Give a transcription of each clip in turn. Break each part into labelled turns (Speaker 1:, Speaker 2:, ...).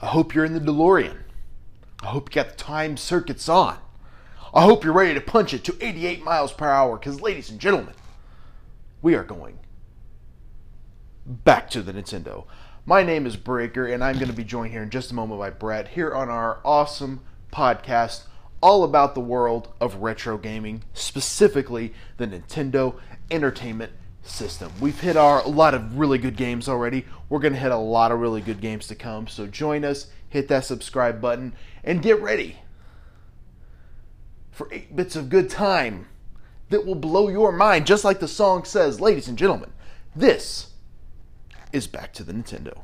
Speaker 1: I hope you're in the DeLorean. I hope you got the time circuits on. I hope you're ready to punch it to 88 miles per hour because, ladies and gentlemen, we are going back to the Nintendo. My name is Breaker, and I'm going to be joined here in just a moment by Brett here on our awesome podcast all about the world of retro gaming, specifically the Nintendo Entertainment System. We've hit our a lot of really good games already. We're going to hit a lot of really good games to come. So join us, hit that subscribe button, and get ready for eight bits of good time that will blow your mind, just like the song says, ladies and gentlemen. This is Back to the Nintendo.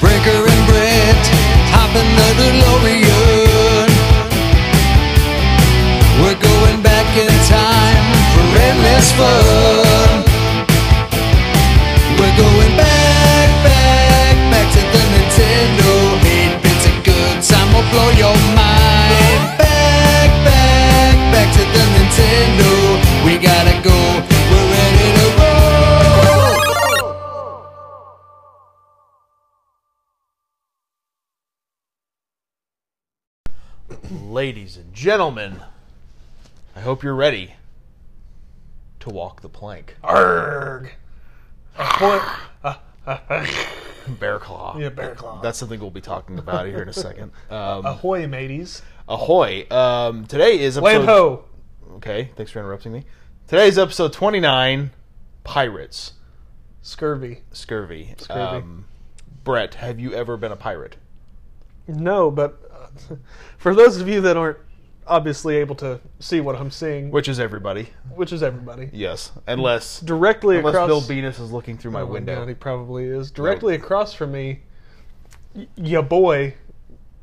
Speaker 2: Breaker and Brett hop in the DeLorean. We're going back in time for endless fun. We're going back, back, back to the Nintendo. Eight bits of good time will blow your mind. Back, back, back to the Nintendo. We gotta go. We're ready to roll.
Speaker 1: Ladies and gentlemen, I hope you're ready to walk the plank.
Speaker 3: Erg.
Speaker 1: Bear claw.
Speaker 3: Yeah, bear claw. Oh.
Speaker 1: That's something we'll be talking about here in a second. Um,
Speaker 3: Ahoy, mateys.
Speaker 1: ahoy! Um, today is
Speaker 3: Wayne
Speaker 1: episode.
Speaker 3: ho.
Speaker 1: Okay, thanks for interrupting me. Today's episode twenty-nine. Pirates,
Speaker 3: Scurvy.
Speaker 1: scurvy. Um,
Speaker 3: Scurvy.
Speaker 1: Brett, have you ever been a pirate?
Speaker 3: No, but uh, for those of you that aren't obviously able to see what I'm seeing, which,
Speaker 1: Which is everybody.
Speaker 3: is everybody,
Speaker 1: Yes, unless
Speaker 3: directly
Speaker 1: unless
Speaker 3: across
Speaker 1: Bill Venus is looking through my
Speaker 3: Oh my
Speaker 1: window.
Speaker 3: God, he probably is directly across from me. Y- ya boy,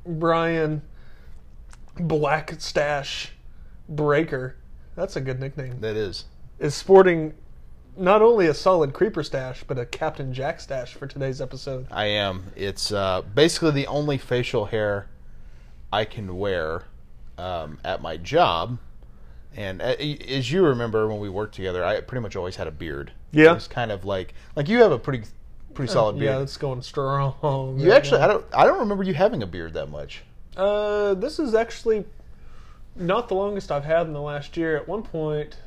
Speaker 3: Brian Black Stash Breaker. That's a good nickname.
Speaker 1: That is.
Speaker 3: Is sporting. Not only a solid creeper stash, but a Captain Jack stash for today's episode.
Speaker 1: I am. It's uh, basically the only facial hair I can wear um, at my job. And a- a- as you remember, when we worked together, I pretty much always had a beard.
Speaker 3: Yeah.
Speaker 1: it was kind of like like you have a pretty pretty solid beard.
Speaker 3: Yeah, it's going strong.
Speaker 1: you actually, I don't, I don't remember you having a beard that much.
Speaker 3: Uh, this is actually not the longest I've had in the last year. At one point,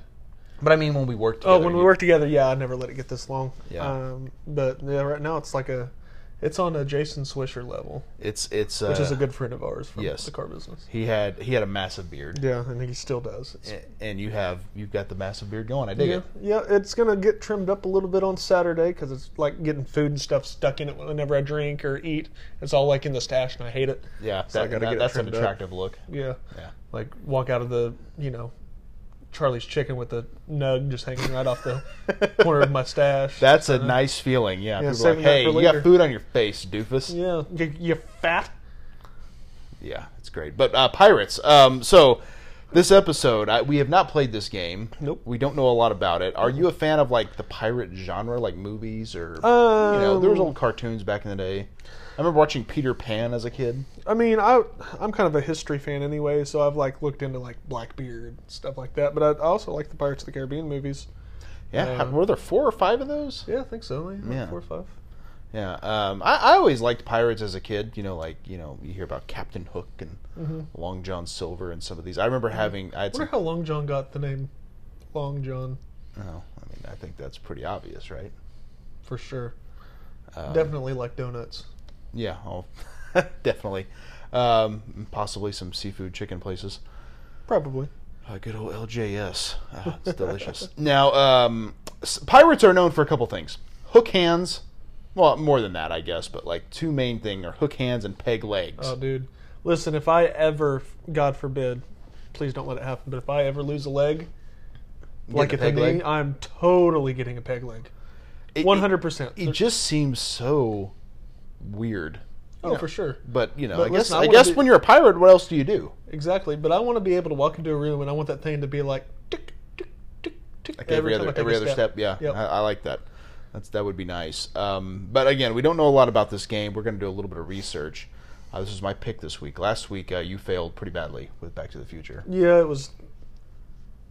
Speaker 1: But I mean, when we worked.
Speaker 3: oh,
Speaker 1: Together,
Speaker 3: when we
Speaker 1: you-
Speaker 3: worked together, yeah, I never let it get this long.
Speaker 1: Yeah.
Speaker 3: Um, but yeah, right now it's like a, it's on a Jason Swisher level,
Speaker 1: it's it's uh,
Speaker 3: which is a good friend of ours from
Speaker 1: yes.
Speaker 3: the car business.
Speaker 1: He had he had a massive beard,
Speaker 3: Yeah, I think he still does. It's,
Speaker 1: A- and you have you've got the massive beard going. I dig
Speaker 3: yeah,
Speaker 1: it.
Speaker 3: yeah, it's gonna get trimmed up a little bit on Saturday because it's like getting food and stuff stuck in it whenever I drink or eat. It's all like in the stash, and I hate it.
Speaker 1: Yeah, that,
Speaker 3: I gotta
Speaker 1: that-
Speaker 3: get it
Speaker 1: that's an
Speaker 3: trimmed up.
Speaker 1: attractive look.
Speaker 3: Yeah.
Speaker 1: Yeah.
Speaker 3: like walk out of the you know Charlie's chicken with the nug just hanging right off the corner of my stash.
Speaker 1: That's a nice feeling, yeah. People are
Speaker 3: saving
Speaker 1: like,
Speaker 3: that
Speaker 1: hey,
Speaker 3: for
Speaker 1: you got
Speaker 3: later."
Speaker 1: food on your face, doofus. Yeah,
Speaker 3: yeah. You, you fat.
Speaker 1: it's great. But uh, pirates. Um, so this episode, I, we have not played this game.
Speaker 3: Nope.
Speaker 1: We don't know a lot about it. Are you a fan of like the pirate genre, like movies or you know, there was
Speaker 3: Um,
Speaker 1: old cartoons back in the day. I remember watching Peter Pan as a kid.
Speaker 3: I mean, I I'm kind of a history fan anyway, so I've like looked into like Blackbeard stuff like that. But I also like the Pirates of the Caribbean movies.
Speaker 1: Yeah,
Speaker 3: Yeah.
Speaker 1: how- were there four or five of those?
Speaker 3: Um, Yeah, I think so. Yeah, like
Speaker 1: Yeah.
Speaker 3: four or five.
Speaker 1: Yeah, um, I, I always liked pirates as a kid. You know, like you know, you hear about Captain Hook and Long John Silver and some of these. I remember having. I had some,
Speaker 3: I Mm-hmm. wonder how Long John got the name Long John
Speaker 1: oh, I mean, I think that's pretty obvious, right?
Speaker 3: for sure.
Speaker 1: Uh,
Speaker 3: Definitely like donuts.
Speaker 1: Yeah, I'll definitely. Um, possibly some seafood chicken places.
Speaker 3: Probably.
Speaker 1: Uh, good old LJS. Ah, it's delicious. now, um, s- pirates are known for a couple things hook hands. Well, more than that, I guess, but like two main thing are hook hands and peg legs.
Speaker 3: Oh, dude. Listen, if I ever, God forbid, please don't let it happen, but if I ever lose a leg, like
Speaker 1: a
Speaker 3: at the
Speaker 1: peg
Speaker 3: knee,
Speaker 1: leg?
Speaker 3: I'm totally getting a peg leg.
Speaker 1: It-
Speaker 3: One hundred percent.
Speaker 1: It, it just seems so weird.
Speaker 3: Oh, for sure.
Speaker 1: But you know,
Speaker 3: But
Speaker 1: I guess
Speaker 3: listen, I
Speaker 1: I
Speaker 3: wanna
Speaker 1: guess
Speaker 3: be-
Speaker 1: when you're a pirate, what else do you do?
Speaker 3: Exactly. But I want to be able to walk into a room and I want that thing to be like tick, tick, tick, tick
Speaker 1: Like every,
Speaker 3: time I
Speaker 1: other
Speaker 3: take
Speaker 1: every
Speaker 3: a
Speaker 1: other step. Yeah, Uh-huh.
Speaker 3: Yep.
Speaker 1: I, I like that. That's that would be nice. Um, but again, we don't know a lot about this game. We're going to do a little bit of research. Uh, this is my pick this week. Last week uh, you failed pretty badly with Back to the Future.
Speaker 3: Yeah, it was.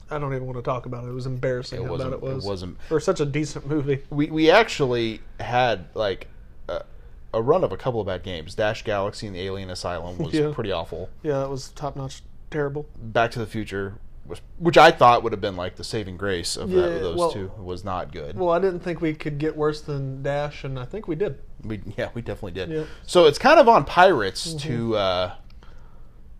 Speaker 3: I don't even want to talk about it. It was embarrassing
Speaker 1: It
Speaker 3: how
Speaker 1: wasn't-
Speaker 3: bad it was.
Speaker 1: it wasn't-
Speaker 3: For such a decent movie.
Speaker 1: We we actually had like a, a run of a couple of bad games. Dash Galaxy and the Alien Asylum was
Speaker 3: Yeah.
Speaker 1: pretty awful.
Speaker 3: Yeah, that was top notch, terrible.
Speaker 1: Back to the Future was, which I thought would have been like the saving grace of that,
Speaker 3: Yeah,
Speaker 1: those
Speaker 3: well-
Speaker 1: two, was not good.
Speaker 3: Well, I didn't think we could get worse than Dash, and I think we did.
Speaker 1: We yeah, we definitely did.
Speaker 3: Yep.
Speaker 1: So it's kind of on pirates
Speaker 3: Mm-hmm.
Speaker 1: to uh,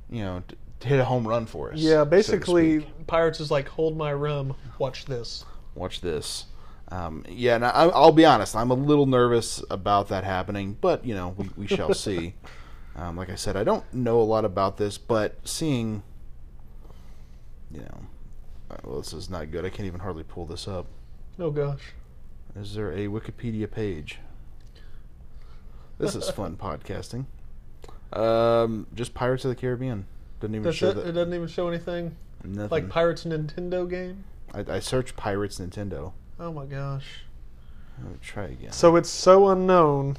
Speaker 1: you know t- to hit a home run for us. so
Speaker 3: Yeah,
Speaker 1: to
Speaker 3: basically,
Speaker 1: speak.
Speaker 3: Pirates is like, hold my rum, watch this.
Speaker 1: Watch this. Um, yeah, and I, I'll be honest. I'm a little nervous about that happening, but you know we, we shall see. Um, like I said, I don't know a lot about this, but seeing, you know, uh, well, this is not good. I can't even hardly pull this up.
Speaker 3: Oh gosh.
Speaker 1: Is there a Wikipedia page? This is fun podcasting. Um, just Pirates of the Caribbean. Didn't even
Speaker 3: That's
Speaker 1: show
Speaker 3: it. It
Speaker 1: that.
Speaker 3: doesn't even show anything. Like
Speaker 1: Nothing.
Speaker 3: Pirates Nintendo game.
Speaker 1: I, I searched Pirates Nintendo.
Speaker 3: Oh my gosh.
Speaker 1: I'll try again.
Speaker 3: So it's so unknown.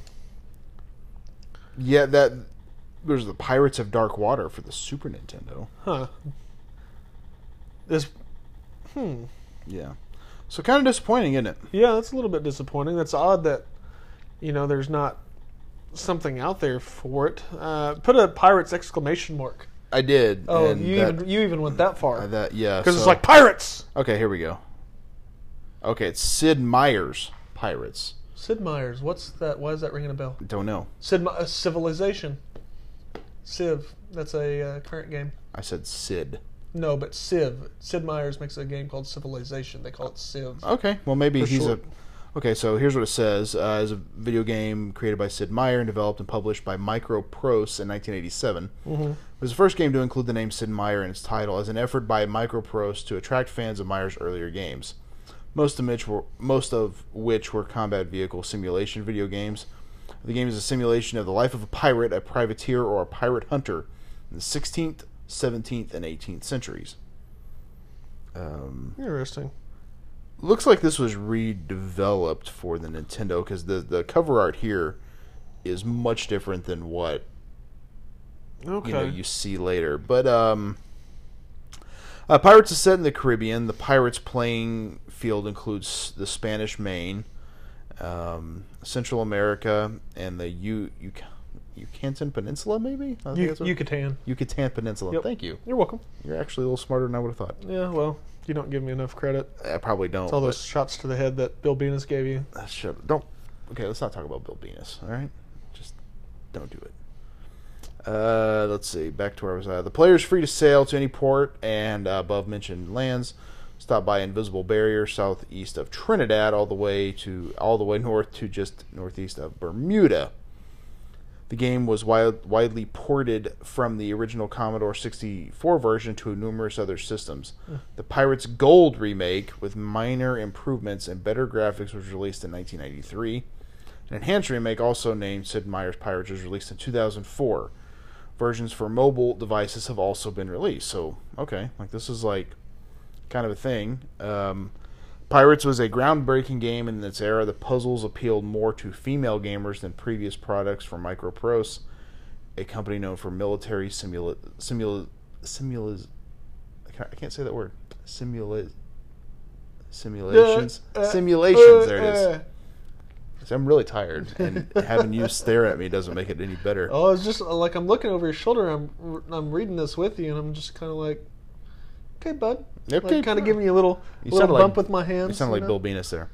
Speaker 1: yeah, that there's the Pirates of Dark Water for the Super Nintendo.
Speaker 3: Huh. This. Hmm.
Speaker 1: Yeah. So kind of disappointing, isn't it?
Speaker 3: Yeah, that's a little bit disappointing. That's odd that, you know, there's not something out there for it. Uh, put a pirates exclamation mark.
Speaker 1: I did.
Speaker 3: Oh,
Speaker 1: and
Speaker 3: you
Speaker 1: that,
Speaker 3: even you even went that
Speaker 1: uh,
Speaker 3: far because
Speaker 1: that yeah.
Speaker 3: it's
Speaker 1: so-
Speaker 3: like pirates.
Speaker 1: okay, here we go. Okay, it's Sid Meier's Pirates.
Speaker 3: Sid Meier's. What's that? Why is that ringing a bell?
Speaker 1: Don't know.
Speaker 3: Sid Me- uh, Civilization. Civ. That's a uh, current game.
Speaker 1: I said Sid.
Speaker 3: No, but Civ. Sid Meier's makes a game called Civilization. They call it Civ.
Speaker 1: Okay, well maybe
Speaker 3: For
Speaker 1: he's
Speaker 3: short.
Speaker 1: a. Okay, so here's what it says: uh, is a video game created by Sid Meier and developed and published by MicroProse in 1987. Mm-hmm. It was the first game to include the name Sid Meier in its title as an effort by MicroProse to attract fans of Meier's earlier games, most of which were most of which were combat vehicle simulation video games. The game is a simulation of the life of a pirate, a privateer, or a pirate hunter in the 16th, 17th, and 18th centuries. Um,
Speaker 3: Interesting.
Speaker 1: looks like this was redeveloped for the Nintendo because the the cover art here is much different than what
Speaker 3: Okay.
Speaker 1: you know you see later. But um, uh, Pirates is set in the Caribbean. The Pirates playing field includes the Spanish Main, um, Central America, and the U Yuc- Yucatan Peninsula. Maybe I think
Speaker 3: you,
Speaker 1: that's what-
Speaker 3: Yucatan.
Speaker 1: Yucatan Peninsula.
Speaker 3: Yep.
Speaker 1: Thank you.
Speaker 3: You're welcome.
Speaker 1: You're actually a little smarter than I would have thought.
Speaker 3: Yeah, well, you don't give me enough credit.
Speaker 1: I probably don't.
Speaker 3: It's all those shots to the head that Bill Venus gave you.
Speaker 1: Uh, shut don't okay let's not talk about bill venus all right just don't do it uh let's see back to where i was at the player is free to sail to any port and uh, above mentioned lands stop by invisible barrier southeast of trinidad all the way to all the way north to just northeast of bermuda the game was wide, widely ported from the original Commodore 64 version to numerous other systems. The Pirates Gold remake, with minor improvements and better graphics, was released in 1993. An enhanced remake, also named Sid Meier's Pirates, was released in 2004. Versions for mobile devices have also been released. So, okay, like this is like kind of a thing. Um, Pirates was a groundbreaking game in its era. The puzzles appealed more to female gamers than previous products from MicroProse, a company known for military simula simula simulas. I can't- I can't say that word. Simula simulations
Speaker 3: Uh, uh,
Speaker 1: simulations. There it is.
Speaker 3: uh.
Speaker 1: See, I'm really tired, and having you stare at me doesn't make it any better.
Speaker 3: Oh, it's just uh, like I'm looking over your shoulder. I'm I'm reading this with you, and I'm just kind of like, okay, bud.
Speaker 1: Okay,
Speaker 3: kind
Speaker 1: bud.
Speaker 3: of giving you a little
Speaker 1: You
Speaker 3: little
Speaker 1: sounded like-
Speaker 3: bump with my hands.
Speaker 1: You sound like
Speaker 3: know?
Speaker 1: Bill Venus there.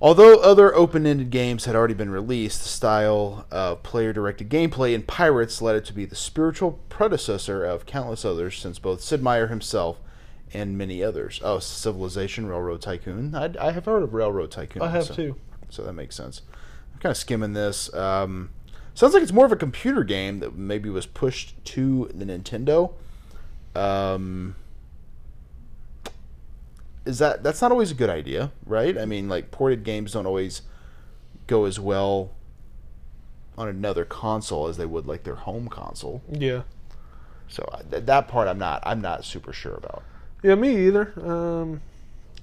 Speaker 1: Although other open-ended games had already been released, the style of player-directed gameplay in Pirates led it to be the spiritual predecessor of countless others, since both Sid Meier himself and many others. Oh, Civilization, Railroad Tycoon. I, I have heard of Railroad Tycoon.
Speaker 3: I have
Speaker 1: so,
Speaker 3: too.
Speaker 1: so that makes sense. I'm kind of skimming this. Um, sounds like it's more of a computer game that maybe was pushed to the Nintendo. Um, is that that's not always a good idea, right? I mean, like ported games don't always go as well on another console as they would like their home console. uh,
Speaker 3: Yeah.
Speaker 1: So I- th- that part I'm not I'm not super sure about.
Speaker 3: Yeah, me either. Um,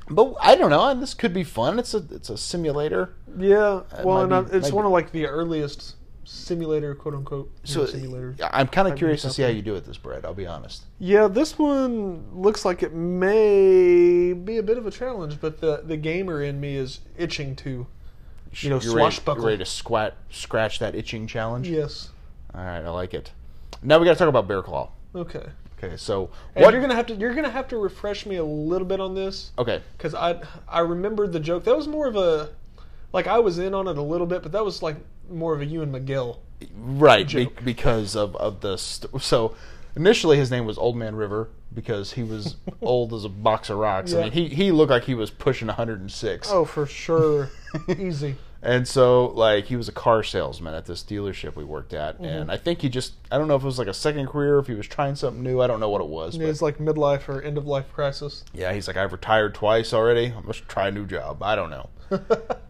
Speaker 1: But I don't know. And this could be fun. It's a it's a simulator.
Speaker 3: Yeah, well,
Speaker 1: might
Speaker 3: and
Speaker 1: be-
Speaker 3: I- it's
Speaker 1: might
Speaker 3: one
Speaker 1: be-
Speaker 3: of like the earliest simulator, quote unquote,
Speaker 1: So
Speaker 3: simulator.
Speaker 1: I'm kind of curious to
Speaker 3: something.
Speaker 1: see how you do with this, Brett. I'll be honest.
Speaker 3: Yeah, this one looks like it may be a bit of a challenge, but the the gamer in me is itching to. You know,
Speaker 1: You're ready-
Speaker 3: swashbuckle.
Speaker 1: You're ready to squat, scratch that itching challenge.
Speaker 3: Yes.
Speaker 1: All right, I like it. Now we got to talk about Bear Claw.
Speaker 3: Okay.
Speaker 1: Okay, so
Speaker 3: And
Speaker 1: what?
Speaker 3: you're gonna have to you're gonna have to refresh me a little bit on this
Speaker 1: okay,
Speaker 3: because I I remembered the joke. That was more of a like I was in on it a little bit, but that was like more of a you and McGill.
Speaker 1: right be,
Speaker 3: Joke.
Speaker 1: because of of the st- so initially his name was Old Man River because he was old as a box of rocks. I
Speaker 3: Yeah.
Speaker 1: mean, he he looked like he was pushing 106.
Speaker 3: Oh, for sure, easy.
Speaker 1: And so, like, he was a car salesman at this dealership we worked at,
Speaker 3: Mm-hmm.
Speaker 1: and I think he just—I don't know if it was like a second career, if he was trying something new. I don't know what it was. But
Speaker 3: It's like midlife or end of life crisis.
Speaker 1: yeah, he's like, I've retired twice already. I'm gonna try a new job. I don't know.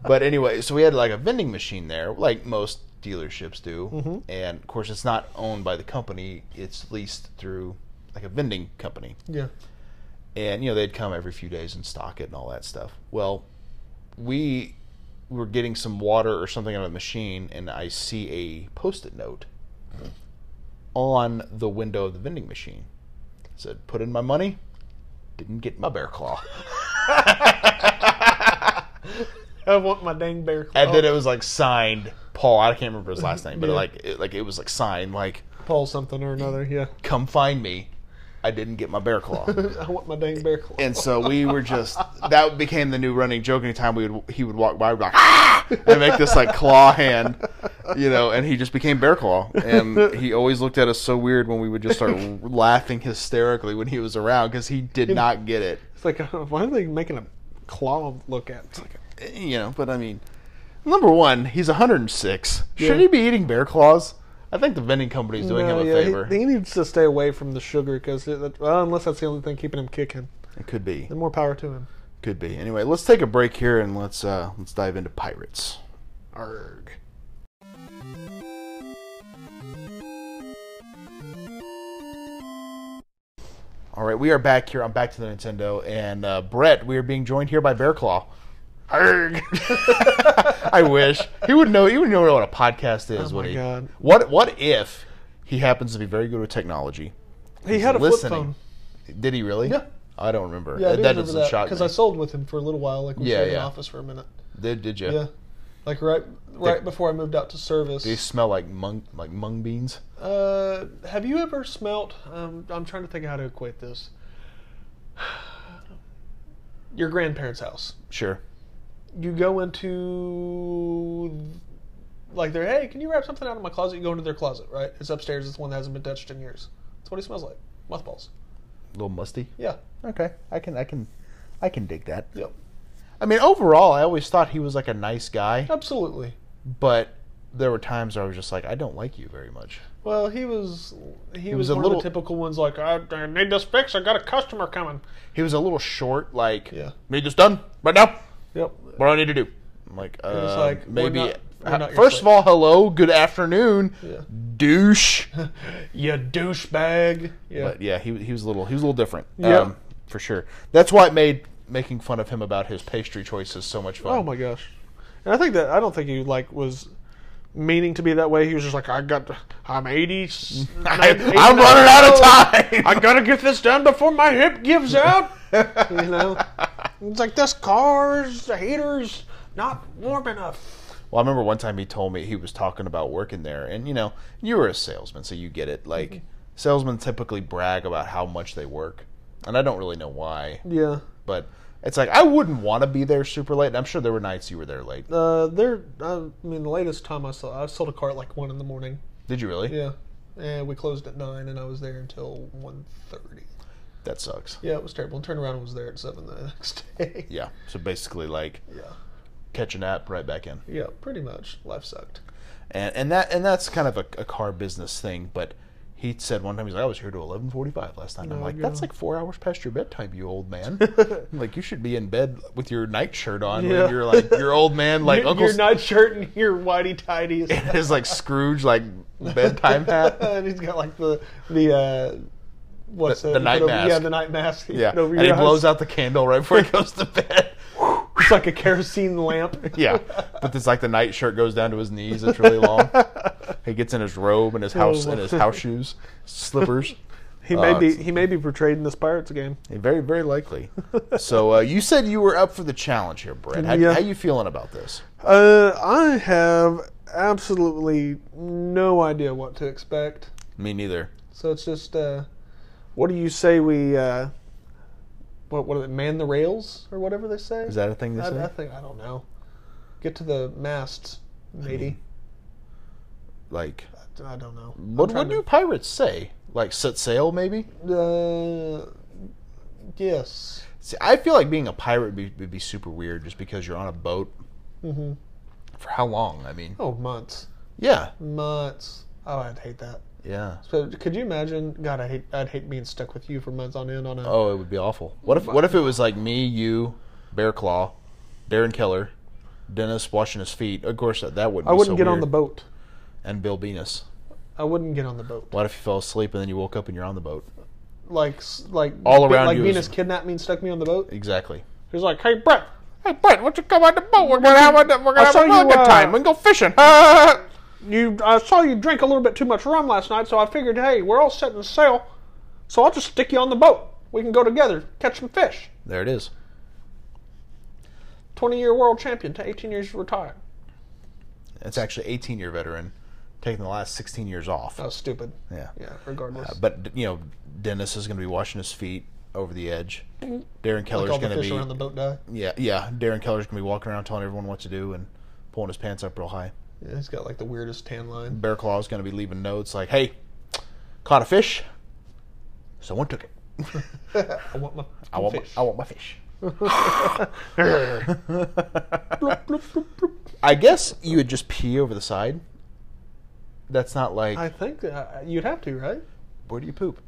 Speaker 1: but anyway, so we had like a vending machine there, like most dealerships do, and of course, it's not owned by the company; it's leased through like a vending company.
Speaker 3: Yeah.
Speaker 1: and you know they'd come every few days and stock it and all that stuff. Well, we were getting some water or something out of the machine, and I see a post-it note on the window of the vending machine. It said, "Put in my money." Didn't get my bear claw,
Speaker 3: I want my dang bear. Claw.
Speaker 1: and then it was like signed Paul. I can't remember his last name, but
Speaker 3: Oh. Yeah.
Speaker 1: like it, like it was like signed like
Speaker 3: Paul something or another. Yeah.
Speaker 1: "Come find me." I didn't get my bear claw.
Speaker 3: I want my dang bear. Claw.
Speaker 1: And so we were just that became the new running joke. Anytime we would he would walk by, we'd be like ah! and make this like claw hand, you know. And he just became bear claw, and he always looked at us so weird when we would just start laughing hysterically when he was around because he did not get it,
Speaker 3: It's like, uh, why are they making a claw look at? It's like,
Speaker 1: you know. But I mean, number one, he's 106.
Speaker 3: Yeah.
Speaker 1: Should he be eating bear claws? I think the vending company's doing
Speaker 3: no,
Speaker 1: him a
Speaker 3: yeah, he-
Speaker 1: favor.
Speaker 3: He, needs to stay away from the sugar because, well, unless that's the only thing keeping him kicking,
Speaker 1: it could be,
Speaker 3: then more power to him.
Speaker 1: could be. Anyway, let's take a break here and let's uh let's dive into pirates.
Speaker 3: Arg.
Speaker 1: All right, we are back here. I'm back to the Nintendo, and uh, Brett, we are being joined here by Bear Claw. Arrgh. I wish he would know. He would know what a podcast is.
Speaker 3: Oh
Speaker 1: would
Speaker 3: my
Speaker 1: he?
Speaker 3: God.
Speaker 1: What What if he happens to be very good with technology?
Speaker 3: He had a flip
Speaker 1: listening.
Speaker 3: phone.
Speaker 1: Did he really?
Speaker 3: Yeah.
Speaker 1: I don't remember.
Speaker 3: Yeah, I
Speaker 1: that
Speaker 3: do
Speaker 1: that
Speaker 3: remember
Speaker 1: doesn't shock
Speaker 3: because
Speaker 1: me.
Speaker 3: I sold with him for a little while. Like we
Speaker 1: Yeah,
Speaker 3: shared an
Speaker 1: yeah.
Speaker 3: office for a minute.
Speaker 1: did Did you?
Speaker 3: Yeah, like right right before I moved out to service.
Speaker 1: They smell like mung like mung beans.
Speaker 3: Uh, have you ever smelt? Um, I'm trying to think how to equate this. Your grandparents' house.
Speaker 1: Sure.
Speaker 3: you go into like they're hey can you wrap something out of my closet you go into their closet right it's upstairs it's the one that hasn't been touched in years that's what it smells like mothballs
Speaker 1: A little musty.
Speaker 3: yeah
Speaker 1: Okay, I can I can I can dig that.
Speaker 3: yep
Speaker 1: I mean, overall, I always thought he was like a nice guy.
Speaker 3: absolutely
Speaker 1: but there were times where I was just like, I don't like you very much.
Speaker 3: well he was he,
Speaker 1: was
Speaker 3: was,
Speaker 1: a
Speaker 3: one
Speaker 1: little-
Speaker 3: of the typical ones like I, I need this fixed i got a customer coming
Speaker 1: He was a little short, like,
Speaker 3: Yeah.
Speaker 1: need this done right now.
Speaker 3: yep
Speaker 1: What do I need to do? I'm like,
Speaker 3: was
Speaker 1: uh,
Speaker 3: like, we're
Speaker 1: maybe.
Speaker 3: not- we're not your
Speaker 1: First of
Speaker 3: slave.
Speaker 1: all, hello, good afternoon,
Speaker 3: Yeah.
Speaker 1: douche.
Speaker 3: you douchebag yeah
Speaker 1: but yeah, he he was a little he was a little different. um,
Speaker 3: Yeah.
Speaker 1: for sure. That's why it made making fun of him about his pastry choices so much fun.
Speaker 3: oh my gosh and i think that i don't think he like was meaning to be that way he was just like i got i'm 80
Speaker 1: I, am running out of time.
Speaker 3: I gotta get this done before my hip gives out. you know, it's like this car's the heater's not warm enough.
Speaker 1: Well, I remember one time he told me he was talking about working there, and you know, you were a salesman, so you get it. Like,
Speaker 3: Mm-hmm.
Speaker 1: salesmen typically brag about how much they work, and I don't really know why,
Speaker 3: Yeah,
Speaker 1: but it's like I wouldn't want to be there super late. and I'm sure there were nights you were there late.
Speaker 3: uh, there. I mean, the latest time I saw, I sold a car at like one in the morning.
Speaker 1: Did you really?
Speaker 3: Yeah, and we closed at nine, and I was there until one thirty.
Speaker 1: That sucks.
Speaker 3: Yeah, it was terrible. And turned around and was there at seven the next day.
Speaker 1: Yeah. So basically, like,
Speaker 3: Yeah,
Speaker 1: catch a nap, right back in,
Speaker 3: yeah, pretty much. Life sucked.
Speaker 1: and and that and that's kind of a, a car business thing, but. He said one time he's like, I was here till eleven forty five last night. And I'm
Speaker 3: Oh,
Speaker 1: like,
Speaker 3: yeah.
Speaker 1: that's like four hours past your bedtime, you old man. I'm like you should be in bed with your nightshirt on
Speaker 3: Yeah.
Speaker 1: when you're like your old man, like
Speaker 3: your,
Speaker 1: Uncle
Speaker 3: your nightshirt and your whitey tidies.
Speaker 1: his like Scrooge like bedtime hat.
Speaker 3: and he's got like the the uh, what's
Speaker 1: The-
Speaker 3: it?
Speaker 1: the
Speaker 3: You
Speaker 1: night
Speaker 3: put over-
Speaker 1: mask.
Speaker 3: Yeah, the night mask. You
Speaker 1: Yeah,
Speaker 3: put over
Speaker 1: and he
Speaker 3: your eyes.
Speaker 1: blows out the candle right before he goes to bed.
Speaker 3: It's like a kerosene lamp.
Speaker 1: yeah, but it's like the night shirt goes down to his knees. It's really long. he gets in his robe and his
Speaker 3: Oh,
Speaker 1: house and his house shoes, slippers.
Speaker 3: He may
Speaker 1: Uh,
Speaker 3: be he may be portrayed in this Pirates game.
Speaker 1: Very, very likely. So uh, you said you were up for the challenge here, Brett. How,
Speaker 3: Yeah.
Speaker 1: how you feeling about this?
Speaker 3: Uh, I have absolutely no idea what to expect.
Speaker 1: Me neither.
Speaker 3: So it's just, uh, what do you say we, uh, what, what are they, man the rails or whatever they say?
Speaker 1: Is that a thing they
Speaker 3: I,
Speaker 1: say?
Speaker 3: I think, I don't know. Get to the masts, matey.
Speaker 1: Like,
Speaker 3: I don't know. I'm
Speaker 1: what
Speaker 3: trying
Speaker 1: what do pirates say? Like, set sail, maybe?
Speaker 3: to- Uh, yes.
Speaker 1: See, I feel like being a pirate would be, would be super weird just because you're on a boat.
Speaker 3: Mhm.
Speaker 1: For how long? I mean,
Speaker 3: Oh, months.
Speaker 1: yeah,
Speaker 3: Months. Oh, I'd hate that.
Speaker 1: yeah.
Speaker 3: So could you imagine? God, I hate, I'd hate being stuck with you for months on end on a.
Speaker 1: Oh, it would be awful. What if what if it was like me, you, Bear Claw, Darren Keller, Dennis washing his feet? Of course, that, that wouldn't.
Speaker 3: I
Speaker 1: be
Speaker 3: wouldn't
Speaker 1: so
Speaker 3: get on
Speaker 1: weird.
Speaker 3: the boat.
Speaker 1: And Bill Venus.
Speaker 3: I wouldn't get on the boat.
Speaker 1: What if you fell asleep and then you woke up and you're on the boat?
Speaker 3: Like, s- like
Speaker 1: All around
Speaker 3: Like
Speaker 1: you
Speaker 3: Venus
Speaker 1: is-
Speaker 3: kidnapped me and stuck me on the boat.
Speaker 1: Exactly.
Speaker 3: He's like, "Hey, Brett,
Speaker 1: Hey, Brett, why don't you come on the boat? We're gonna have a, we're gonna
Speaker 3: have a real good time. We
Speaker 1: can go fishing.
Speaker 3: you I saw you drink a little bit too much rum last night, so I figured, hey, we're all setting sail, so I'll just stick you on the boat. We can go together, catch some fish.
Speaker 1: There it is.
Speaker 3: Twenty year world champion to eighteen years retired.
Speaker 1: It's actually 18 year veteran, taking the last 16 years off.
Speaker 3: That was stupid.
Speaker 1: Yeah.
Speaker 3: Yeah, regardless.
Speaker 1: Uh, But d- you know, Dennis is going to be washing his feet over the edge. Darren
Speaker 3: like
Speaker 1: Keller's
Speaker 3: all the
Speaker 1: going to
Speaker 3: fish
Speaker 1: be
Speaker 3: around the boat die.
Speaker 1: yeah yeah. Darren Keller's going to be walking around telling everyone what to do and pulling his pants up real high.
Speaker 3: Yeah, he's got like the weirdest tan line.
Speaker 1: Bear Claw's going to be leaving notes like, "Hey, caught a fish. Someone took it.
Speaker 3: I want my
Speaker 1: I want
Speaker 3: fish.
Speaker 1: my, I want my fish." I guess you would just pee over the side. That's not like
Speaker 3: I think uh, you'd have to, right?
Speaker 1: where do you poop?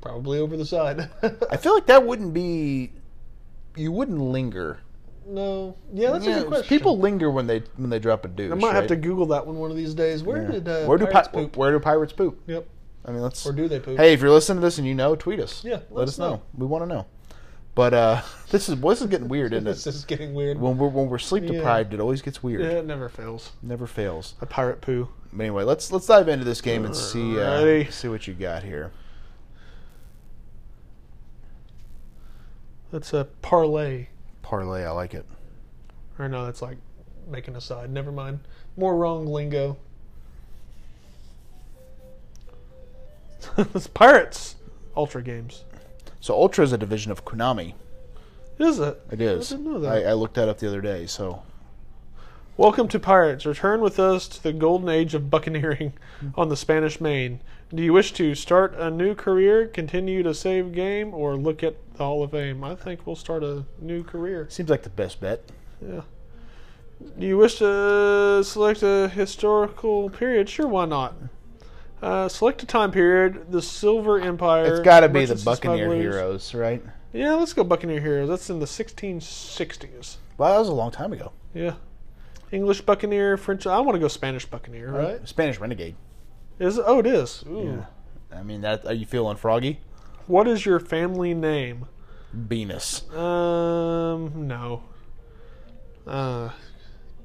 Speaker 3: Probably over the side.
Speaker 1: I feel like that wouldn't be. You wouldn't linger.
Speaker 3: no. Yeah, that's
Speaker 1: Yeah,
Speaker 3: a good question.
Speaker 1: People linger when they when they drop a douche.
Speaker 3: I might have
Speaker 1: right?
Speaker 3: to Google that one one of these days. Where
Speaker 1: Yeah.
Speaker 3: did uh,
Speaker 1: where do
Speaker 3: pirates
Speaker 1: pi-
Speaker 3: poop?
Speaker 1: where do pirates poop?
Speaker 3: Yep.
Speaker 1: I mean, let's.
Speaker 3: Or do they poop?
Speaker 1: Hey, if you're listening to this and you know, tweet us.
Speaker 3: Yeah,
Speaker 1: let, us know. We want to know. But uh, this is this is getting weird, isn't
Speaker 3: this
Speaker 1: it?
Speaker 3: is getting weird.
Speaker 1: When we're when we're sleep deprived, it always gets weird.
Speaker 3: yeah, it never fails.
Speaker 1: Never fails.
Speaker 3: A pirate poo.
Speaker 1: But anyway, let's let's dive into this game and see uh,
Speaker 3: Alrighty.
Speaker 1: see what you got here.
Speaker 3: That's a parlay.
Speaker 1: Parlay, I like it.
Speaker 3: Or no, that's like making a side. Never mind. More wrong lingo. it's pirates. Ultra games.
Speaker 1: So Ultra is a division of Konami.
Speaker 3: Is it?
Speaker 1: It is.
Speaker 3: I didn't know that.
Speaker 1: I, I looked that up the other day. So
Speaker 3: Welcome to Pirates. Return with us to the golden age of buccaneering on the Spanish Main. Do you wish to start a new career, continue to save game, or look at the Hall of Fame? I think we'll start a new career.
Speaker 1: seems like the best bet.
Speaker 3: Yeah. Do you wish to select a historical period? Sure, why not? Uh, select a time period. The Silver Empire.
Speaker 1: It's got to be the
Speaker 3: Merchants and
Speaker 1: Buccaneer
Speaker 3: Smugglers.
Speaker 1: Heroes, right?
Speaker 3: Yeah, let's go Buccaneer Heroes. That's in the 1660s.
Speaker 1: Well, that was a long time ago.
Speaker 3: Yeah. English Buccaneer, French. I want to go Spanish Buccaneer, right?
Speaker 1: Spanish Renegade.
Speaker 3: Is it? Oh, it is. Ooh.
Speaker 1: I mean, that are you feeling froggy?
Speaker 3: What is your family name?
Speaker 1: Venus.
Speaker 3: Um, no. Uh,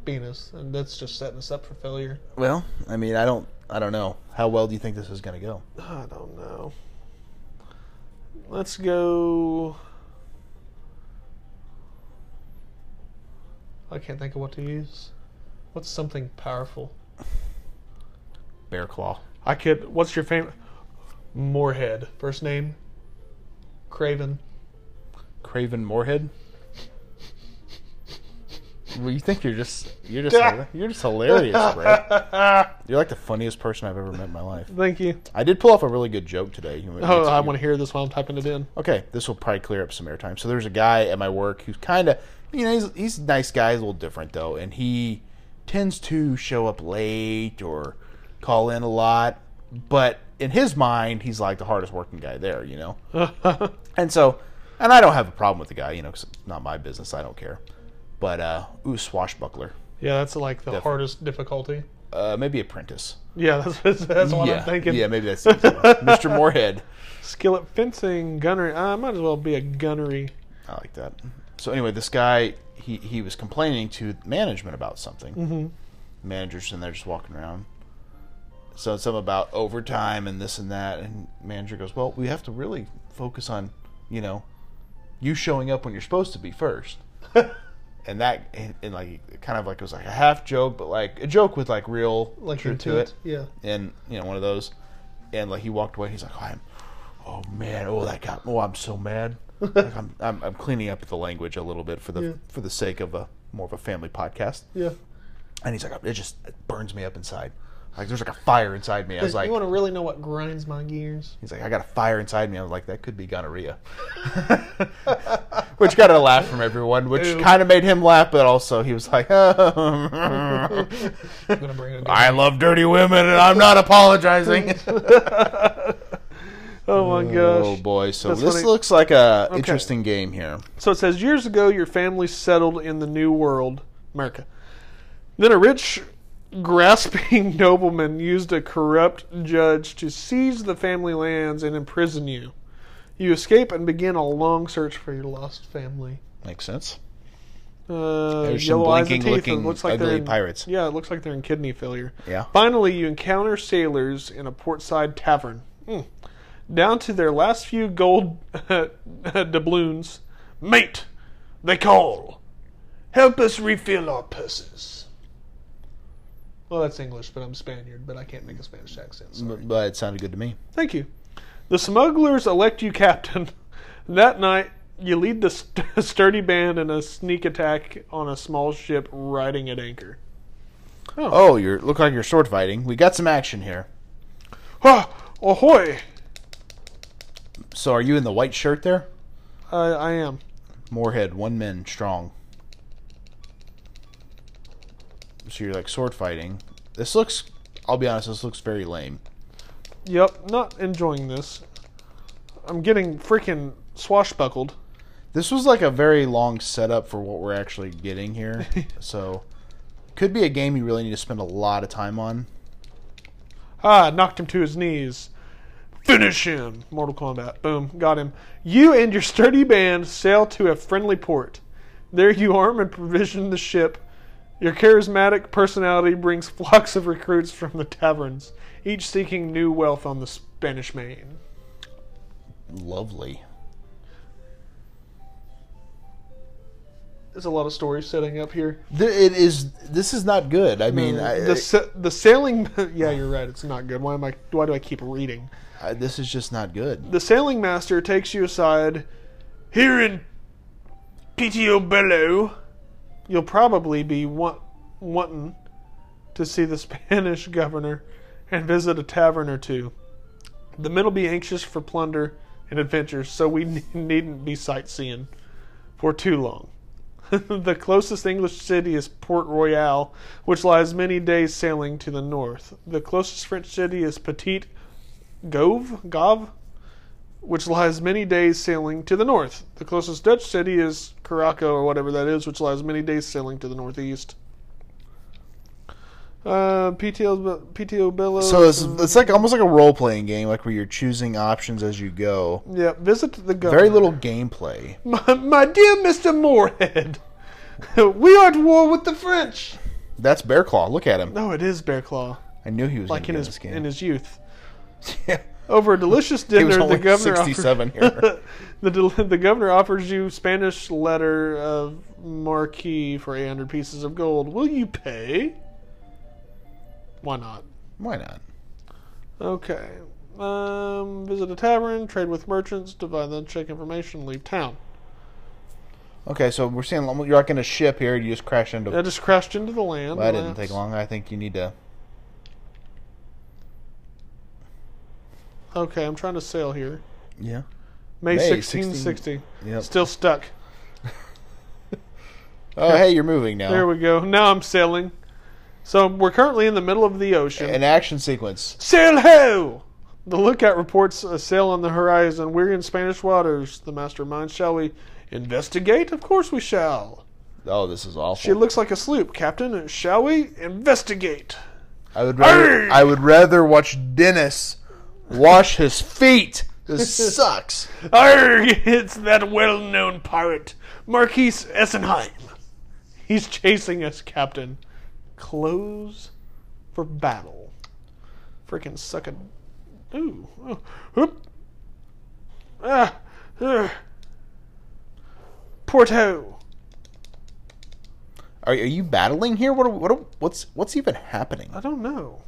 Speaker 3: Venus. And that's just setting us up for failure.
Speaker 1: Well, I mean, I don't, I don't know. How well do you think this is going to go?
Speaker 3: I don't know. Let's go. I can't think of what to use. What's something powerful?
Speaker 1: Bear Claw.
Speaker 3: I could. What's your favorite? Moorhead. First name? Craven.
Speaker 1: Craven Moorhead. Well, you think you're just you're just hila- you're just hilarious, Brad. You're like the funniest person I've ever met in my life.
Speaker 3: Thank you.
Speaker 1: I did pull off a really good joke today. You-
Speaker 3: Oh, I want to hear this while I'm typing it in.
Speaker 1: Okay, this will probably clear up some airtime. So there's a guy at my work who's kind of, you know, he's he's a nice guy, he's a little different though, and he tends to show up late or call in a lot. But in his mind, he's like the hardest working guy there, you know. And so, and I don't have a problem with the guy, you know, 'cause it's not my business. I don't care. But uh, ooh, swashbuckler.
Speaker 3: Yeah, that's like the hardest difficulty.
Speaker 1: uh, maybe apprentice.
Speaker 3: Yeah, that's, that's, that's what
Speaker 1: yeah,
Speaker 3: I'm thinking.
Speaker 1: yeah, maybe that's it. Mr. Moorhead.
Speaker 3: Skillet fencing, gunnery. I might as well be a gunnery.
Speaker 1: I like that. So anyway, this guy he he was complaining to management about something. Mm-hmm. Manager's in there just walking around. So it's something about overtime and this and that, and manager goes, "Well, we have to really focus on, you know, you showing up when you're supposed to be first. and that and, and like it kind of like was like a half joke, but like a joke with like real
Speaker 3: Like
Speaker 1: truth to
Speaker 3: intent,
Speaker 1: it
Speaker 3: Yeah.
Speaker 1: and you know one of those and like he walked away and he's like oh, i'm oh man oh that got oh i'm so mad like I'm, I'm i'm cleaning up the language a little bit for the
Speaker 3: Yeah.
Speaker 1: for the sake of a more of a family podcast
Speaker 3: Yeah.
Speaker 1: and he's like it just it burns me up inside like there's like a fire inside me i was like
Speaker 3: you want to really know what grinds my gears?
Speaker 1: he's like i got a fire inside me i was like that could be gonorrhea which got a laugh from everyone which
Speaker 3: Ew.
Speaker 1: kind of made him laugh but also he was like "Oh."
Speaker 3: I'm gonna bring a gun.
Speaker 1: i love dirty women and i'm not apologizing
Speaker 3: Oh my gosh.
Speaker 1: Oh boy! So
Speaker 3: That's
Speaker 1: this
Speaker 3: funny.
Speaker 1: looks like a interesting game here.
Speaker 3: So it says years ago, your family settled in the New World, America. Then a rich, grasping nobleman used a corrupt judge to seize the family lands and imprison you. You escape and begin a long search for your lost family.
Speaker 1: Makes sense.
Speaker 3: Uh,
Speaker 1: There's some
Speaker 3: yellow eyes
Speaker 1: blinking
Speaker 3: and teeth.
Speaker 1: looking
Speaker 3: it looks like
Speaker 1: ugly
Speaker 3: they're in,
Speaker 1: pirates.
Speaker 3: Yeah, it looks like they're in kidney failure.
Speaker 1: Yeah.
Speaker 3: Finally, you encounter sailors in a portside tavern. Hmm. Down to their last few gold doubloons. Mate, they call. Help us refill our purses. Well, that's English, but I'm Spaniard, but I can't make a Spanish accent. So.
Speaker 1: But, but it sounded good to me.
Speaker 3: Thank you. The smugglers elect you captain. that night, you lead the st- sturdy band in a sneak attack on a small ship riding at anchor.
Speaker 1: Oh, you're look like you're sword fighting. We got some action here.
Speaker 3: Ha! Ahoy!
Speaker 1: So are you in the white shirt there?
Speaker 3: I I am.
Speaker 1: Moorhead, one man strong. So you're like sword fighting. This looks. I'll be honest. This looks very lame.
Speaker 3: Yep, not enjoying this. I'm getting freaking swashbuckled.
Speaker 1: This was like a very long setup for what we're actually getting here. so could be a game you really need to spend a lot of time on.
Speaker 3: Ah, knocked him to his knees. Finish him! Mortal Kombat. Boom, got him. You and your sturdy band sail to a friendly port. There you arm and provision the ship. Your charismatic personality brings flocks of recruits from the taverns, each seeking new wealth on the Spanish main.
Speaker 1: Lovely.
Speaker 3: There's a lot of stories setting up here. Hmm.
Speaker 1: Th it is. This is not good. I mean, I,
Speaker 3: the sa- the sailing. Yeah, you're right. It's not good. Why am I? Why do I keep reading?
Speaker 1: I, this is just not good.
Speaker 3: The sailing master takes you aside. Here in PTO Bello, you'll probably be want, wanting to see the Spanish governor and visit a tavern or two. The men will be anxious for plunder and adventures, so we ne- needn't be sightseeing for too long. the closest English city is Port Royal, which lies many days sailing to the north. The closest French city is Petite Gove, Gov, which lies many days sailing to the north. The closest Dutch city is Caraco or whatever that is, which lies many days sailing to the northeast. Uh, PTO, PTO Bello.
Speaker 1: So it's, it's like almost like a role playing game, like where you're choosing options as you go.
Speaker 3: yeah, visit the governor.
Speaker 1: Very little gameplay.
Speaker 3: My, my dear Mr. Moorhead, we are at war with the French.
Speaker 1: That's Bear Claw. Look at him.
Speaker 3: No, it is Bear Claw,
Speaker 1: I knew he was
Speaker 3: like in
Speaker 1: gonna be
Speaker 3: his
Speaker 1: this game.
Speaker 3: in his youth.
Speaker 1: yeah.
Speaker 3: Over a delicious
Speaker 1: He was
Speaker 3: dinner,
Speaker 1: only
Speaker 3: the governor offered,
Speaker 1: 67 here.
Speaker 3: the del- the governor offers you Spanish letter of marquee for 800 pieces of gold. Will you pay? Why not?
Speaker 1: Why not?
Speaker 3: Okay. Um, visit a tavern, trade with merchants, divide the check information, leave town.
Speaker 1: Okay, so we're seeing you're like in a ship here. You just crash into.
Speaker 3: I just crashed into the land.
Speaker 1: that didn't
Speaker 3: That's-
Speaker 1: take long. I think you need to.
Speaker 3: Okay, I'm trying to sail here.
Speaker 1: Yeah.
Speaker 3: May,
Speaker 1: May
Speaker 3: 1660.
Speaker 1: Yep.
Speaker 3: Still stuck.
Speaker 1: Oh, hey, you're moving now.
Speaker 3: There we go. Now I'm sailing. So we're currently in the middle of the ocean.
Speaker 1: An action sequence.
Speaker 3: Sail ho! The lookout reports a sail on the horizon. We're in Spanish waters. The mastermind, shall we investigate? Of course we shall.
Speaker 1: Oh, this is awful.
Speaker 3: She looks like a sloop, Captain. Shall we investigate?
Speaker 1: I would rather, I would rather watch Dennis wash his feet. This sucks.
Speaker 3: Arg! It's that well known pirate, Marquis Essenheim. He's chasing us, Captain. Close for battle. Freaking suck a. Ooh. Oh. Whoop. Ah. Ugh. Porto.
Speaker 1: Are, are you battling here? What, are, what are, what's what's even happening?
Speaker 3: I don't know.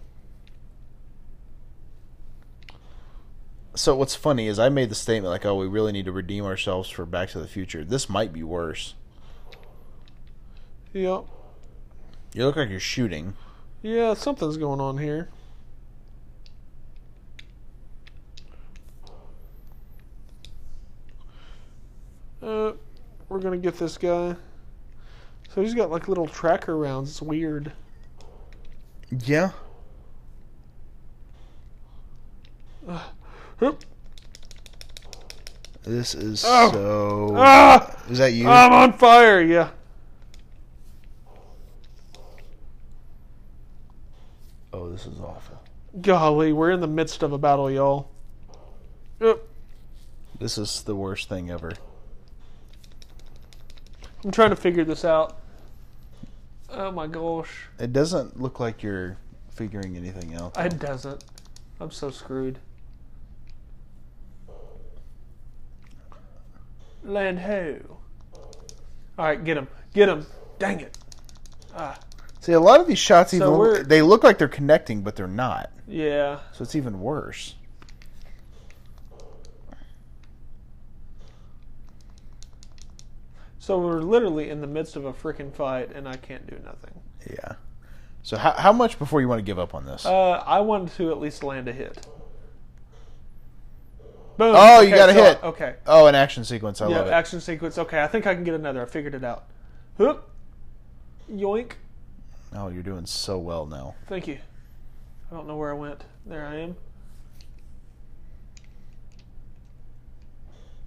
Speaker 1: So what's funny is I made the statement like, "Oh, we really need to redeem ourselves for Back to the Future." This might be worse.
Speaker 3: Yep.
Speaker 1: You look like you're shooting.
Speaker 3: Yeah, something's going on here. Uh, we're gonna get this guy. So he's got like little tracker rounds. It's weird.
Speaker 1: Yeah.
Speaker 3: Hup.
Speaker 1: This is
Speaker 3: Oh.
Speaker 1: so.
Speaker 3: Ah!
Speaker 1: Is that you?
Speaker 3: I'm on fire, yeah.
Speaker 1: oh, this is awful.
Speaker 3: Golly, we're in the midst of a battle, y'all. Yep.
Speaker 1: This is the worst thing ever.
Speaker 3: I'm trying to figure this out. Oh my gosh.
Speaker 1: It doesn't look like you're figuring anything out.
Speaker 3: It doesn't. I'm so screwed. Land ho. Alright, get him. Get him. Dang it.
Speaker 1: See, a lot of these shots even
Speaker 3: we're-
Speaker 1: they look like they're connecting, but they're not.
Speaker 3: Yeah.
Speaker 1: So it's even worse.
Speaker 3: So we're literally in the midst of a freaking fight and I can't do nothing.
Speaker 1: Yeah. So how how much before you want to give up on this?
Speaker 3: Uh, I wanted to at least land a hit. Boom.
Speaker 1: Oh, you got a
Speaker 3: so-
Speaker 1: hit.
Speaker 3: Okay.
Speaker 1: oh, an action sequence. I
Speaker 3: Yeah,
Speaker 1: love it.
Speaker 3: action sequence. Okay, I think I can get another. I figured it out. Whoop. Yoink.
Speaker 1: oh, you're doing so well now.
Speaker 3: Thank you. I don't know where I went. There I am.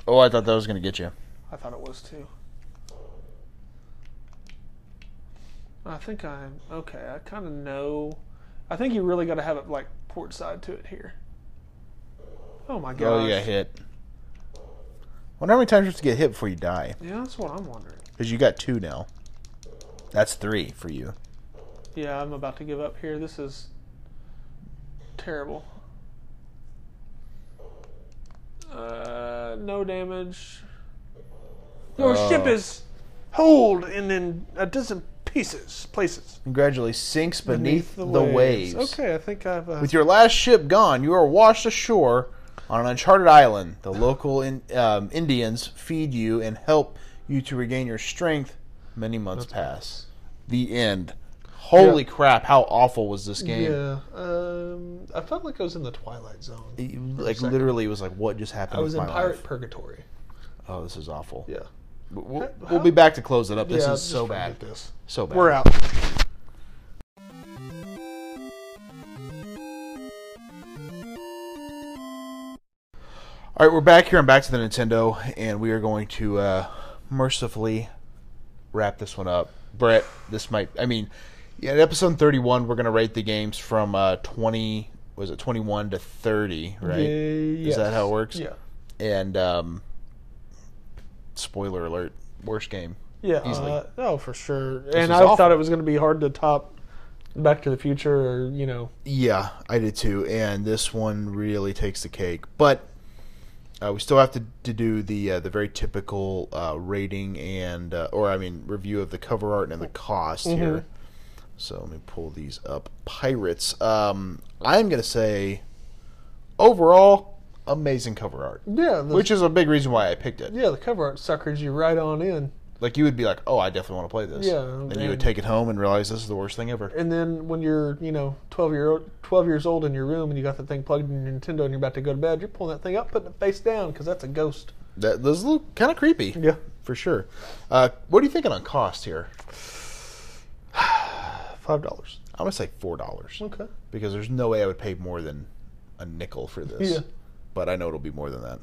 Speaker 1: Oh, I thought that was gonna get you.
Speaker 3: I thought it was too. I think I'm okay. I kind of know. I think you really got to have it like port side to it here. Oh my gosh.
Speaker 1: Oh, you got hit. Wonder how many times you have to get hit before you die?
Speaker 3: Yeah, that's what I'm wondering.
Speaker 1: Because you got two now. That's three for you.
Speaker 3: Yeah, I'm about to give up here. This is terrible. Uh, no damage. Your ship is holed and in a dozen pieces, places
Speaker 1: And gradually sinks beneath, the, waves.
Speaker 3: Okay, I think I've. Uh,
Speaker 1: With your last ship gone, you are washed ashore on an uncharted island. The local in, um, Indians feed you and help you to regain your strength. Many months pass. The end. Holy crap! How awful was this game?
Speaker 3: yeah, um, I felt like I was in the Twilight Zone.
Speaker 1: It- like literally, was like, what just happened?
Speaker 3: I was
Speaker 1: with
Speaker 3: in
Speaker 1: my
Speaker 3: Pirate
Speaker 1: life?
Speaker 3: Purgatory.
Speaker 1: Oh, this is awful.
Speaker 3: Yeah.
Speaker 1: But We'll,
Speaker 3: How-
Speaker 1: we'll be back to close it up. This
Speaker 3: Yeah,
Speaker 1: is so
Speaker 3: just
Speaker 1: bad.
Speaker 3: forget This.
Speaker 1: So bad.
Speaker 3: We're out.
Speaker 1: All right, we're back here. I'm back to the Nintendo, and we are going to uh, mercifully wrap this one up. Brett, this might. I mean, yeah, in episode 31, we're going to rate the games from uh, 20. Was it 21 to 30? Right. Is that how it works?
Speaker 3: Yeah.
Speaker 1: And um, spoiler alert: worst game.
Speaker 3: Yeah.
Speaker 1: Easily.
Speaker 3: Uh, oh, for sure.
Speaker 1: is
Speaker 3: and I
Speaker 1: awful.
Speaker 3: thought it was going to be hard to top Back to the Future or, you know.
Speaker 1: Yeah, I did too. And this one really takes the cake, but uh, we still have to, to do the uh, the very typical uh, rating and uh, or I mean review of the cover art and the cost
Speaker 3: Mm-hmm.
Speaker 1: here. So let me pull these up. Pirates. Um, I'm gonna say overall amazing cover art,
Speaker 3: Yeah. The,
Speaker 1: which is a big reason why I picked it.
Speaker 3: yeah, the cover art suckers you right on in.
Speaker 1: Like you would be like, oh, I definitely want to play this.
Speaker 3: Yeah,
Speaker 1: Then you would
Speaker 3: and-
Speaker 1: take it home and realize this is the worst thing ever.
Speaker 3: And then when you're, you know, 12, year old, 12 years old in your room and you got the thing plugged in your Nintendo and you're about to go to bed, you're pulling that thing up, putting it face down because that's a ghost.
Speaker 1: That those look kind of creepy.
Speaker 3: Yeah.
Speaker 1: for sure. Uh, what are you thinking on cost here?
Speaker 3: $5.
Speaker 1: I'm gonna say four dollars
Speaker 3: Okay.
Speaker 1: because there's no way I would pay more than a nickel for this.
Speaker 3: Yeah.
Speaker 1: But I know it'll be more than that.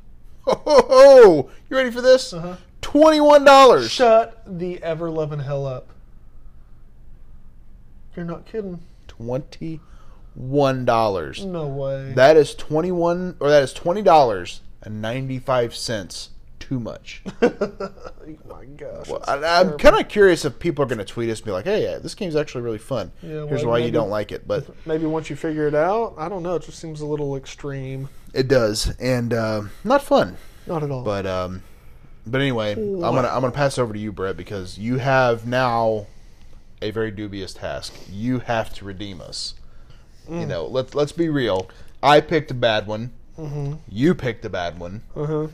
Speaker 1: Ho ho ho! You ready for this?
Speaker 3: Uh-huh.
Speaker 1: Twenty-one dollars.
Speaker 3: Shut the ever loving hell up. You're not kidding.
Speaker 1: twenty-one dollars.
Speaker 3: No way.
Speaker 1: That is twenty-one, or that is twenty dollars and ninety-five cents. Too much.
Speaker 3: oh my gosh.
Speaker 1: Well, I, I'm kind of curious if people are going to tweet us and be like, "Hey, yeah, this game's actually really fun.
Speaker 3: Yeah,
Speaker 1: Here's
Speaker 3: well,
Speaker 1: why you
Speaker 3: maybe-
Speaker 1: don't like it." But
Speaker 3: Maybe once you figure it out, I don't know. It just seems a little extreme.
Speaker 1: it does, and uh, not fun.
Speaker 3: Not at all.
Speaker 1: But um, but anyway, I'm gonna I'm gonna pass it over to you, Brett, because you have now a very dubious task. You have to redeem us.
Speaker 3: Mm.
Speaker 1: You know, let's let's be real. I picked a bad one.
Speaker 3: Mm-hmm.
Speaker 1: You picked a bad one.
Speaker 3: uh-huh.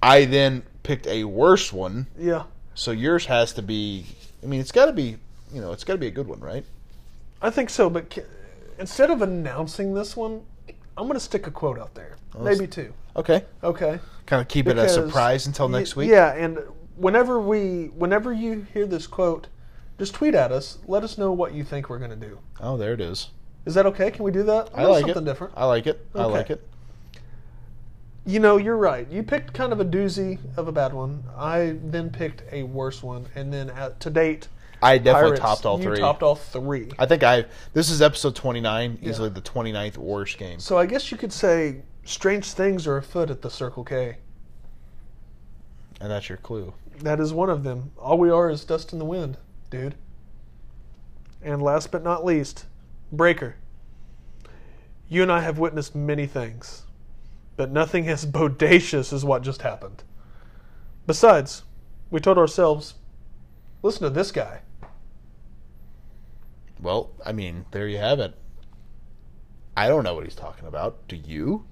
Speaker 1: I then picked a worse one.
Speaker 3: yeah,
Speaker 1: So yours has to be. I mean, it's got to be. You know, it's got to be a good one, right?
Speaker 3: I think so. But ca- instead of announcing this one, I'm going to stick a quote out there. Maybe two.
Speaker 1: Okay.
Speaker 3: Okay.
Speaker 1: Kind of keep
Speaker 3: Because-
Speaker 1: it a surprise until next
Speaker 3: Y-
Speaker 1: week.
Speaker 3: Yeah, and whenever we, whenever you hear this quote, just tweet at us. Let us know what you think we're going to do.
Speaker 1: Oh, there it is.
Speaker 3: Is that okay? Can we do that?
Speaker 1: I like
Speaker 3: something
Speaker 1: it.
Speaker 3: different.
Speaker 1: I like it. I
Speaker 3: Okay.
Speaker 1: like it.
Speaker 3: You know, you're right. You picked kind of a doozy of a bad one. I then picked a worse one, and then at, to date,
Speaker 1: I definitely
Speaker 3: Pirates,
Speaker 1: topped all
Speaker 3: you
Speaker 1: three.
Speaker 3: topped all three.
Speaker 1: I think I this is episode 29, easily the 29th worst game.
Speaker 3: So I guess you could say strange things are afoot at the Circle K.
Speaker 1: And that's your clue.
Speaker 3: That is one of them. All we are is dust in the wind, dude. And last but not least, Breaker. You and I have witnessed many things, but nothing as bodacious as what just happened. Besides, we told ourselves, listen to this guy.
Speaker 1: Well, I mean, there you have it. I don't know what he's talking about. Do you?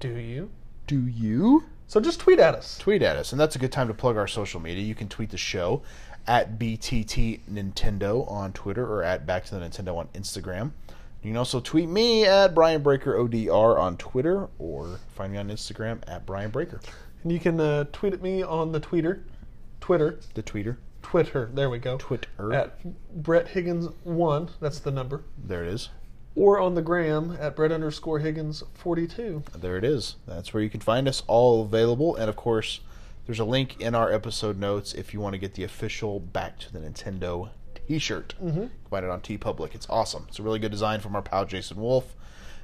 Speaker 3: Do you?
Speaker 1: Do you?
Speaker 3: So just tweet at us.
Speaker 1: Tweet at us, and that's a good time to plug our social media. You can tweet the show at BTT Nintendo on Twitter or at Back to the Nintendo on Instagram. You can also tweet me at Brian Breaker ODR on Twitter or find me on Instagram at Brian Breaker,
Speaker 3: And you can uh, tweet at me on the tweeter. Twitter.
Speaker 1: the tweeter.
Speaker 3: Twitter. There we go.
Speaker 1: Twitter.
Speaker 3: At Brett Higgins one. That's the number.
Speaker 1: There it is.
Speaker 3: Or on the gram at Brett underscore Higgins forty two.
Speaker 1: there it is. That's where you can find us all available. And of course, there's a link in our episode notes if you want to get the official Back to the Nintendo t shirt. Mm-hmm. Find it on T Public. It's awesome. It's a really good design from our pal Jason Wolf.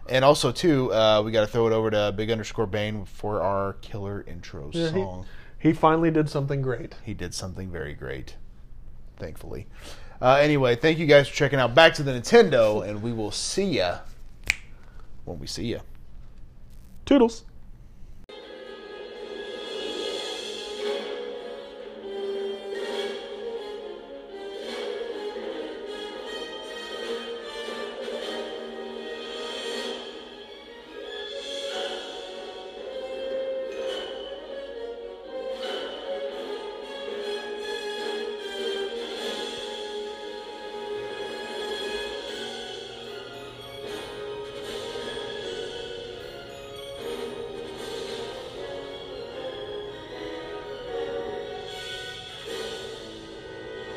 Speaker 1: And also, too, uh, we got to throw it over to Big Underscore Bane for our killer intro
Speaker 3: Yeah, he-
Speaker 1: song.
Speaker 3: He finally did something great.
Speaker 1: He did something very great, thankfully. Uh, anyway, thank you guys for checking out Back to the Nintendo, and we will see ya when we see ya.
Speaker 3: Toodles.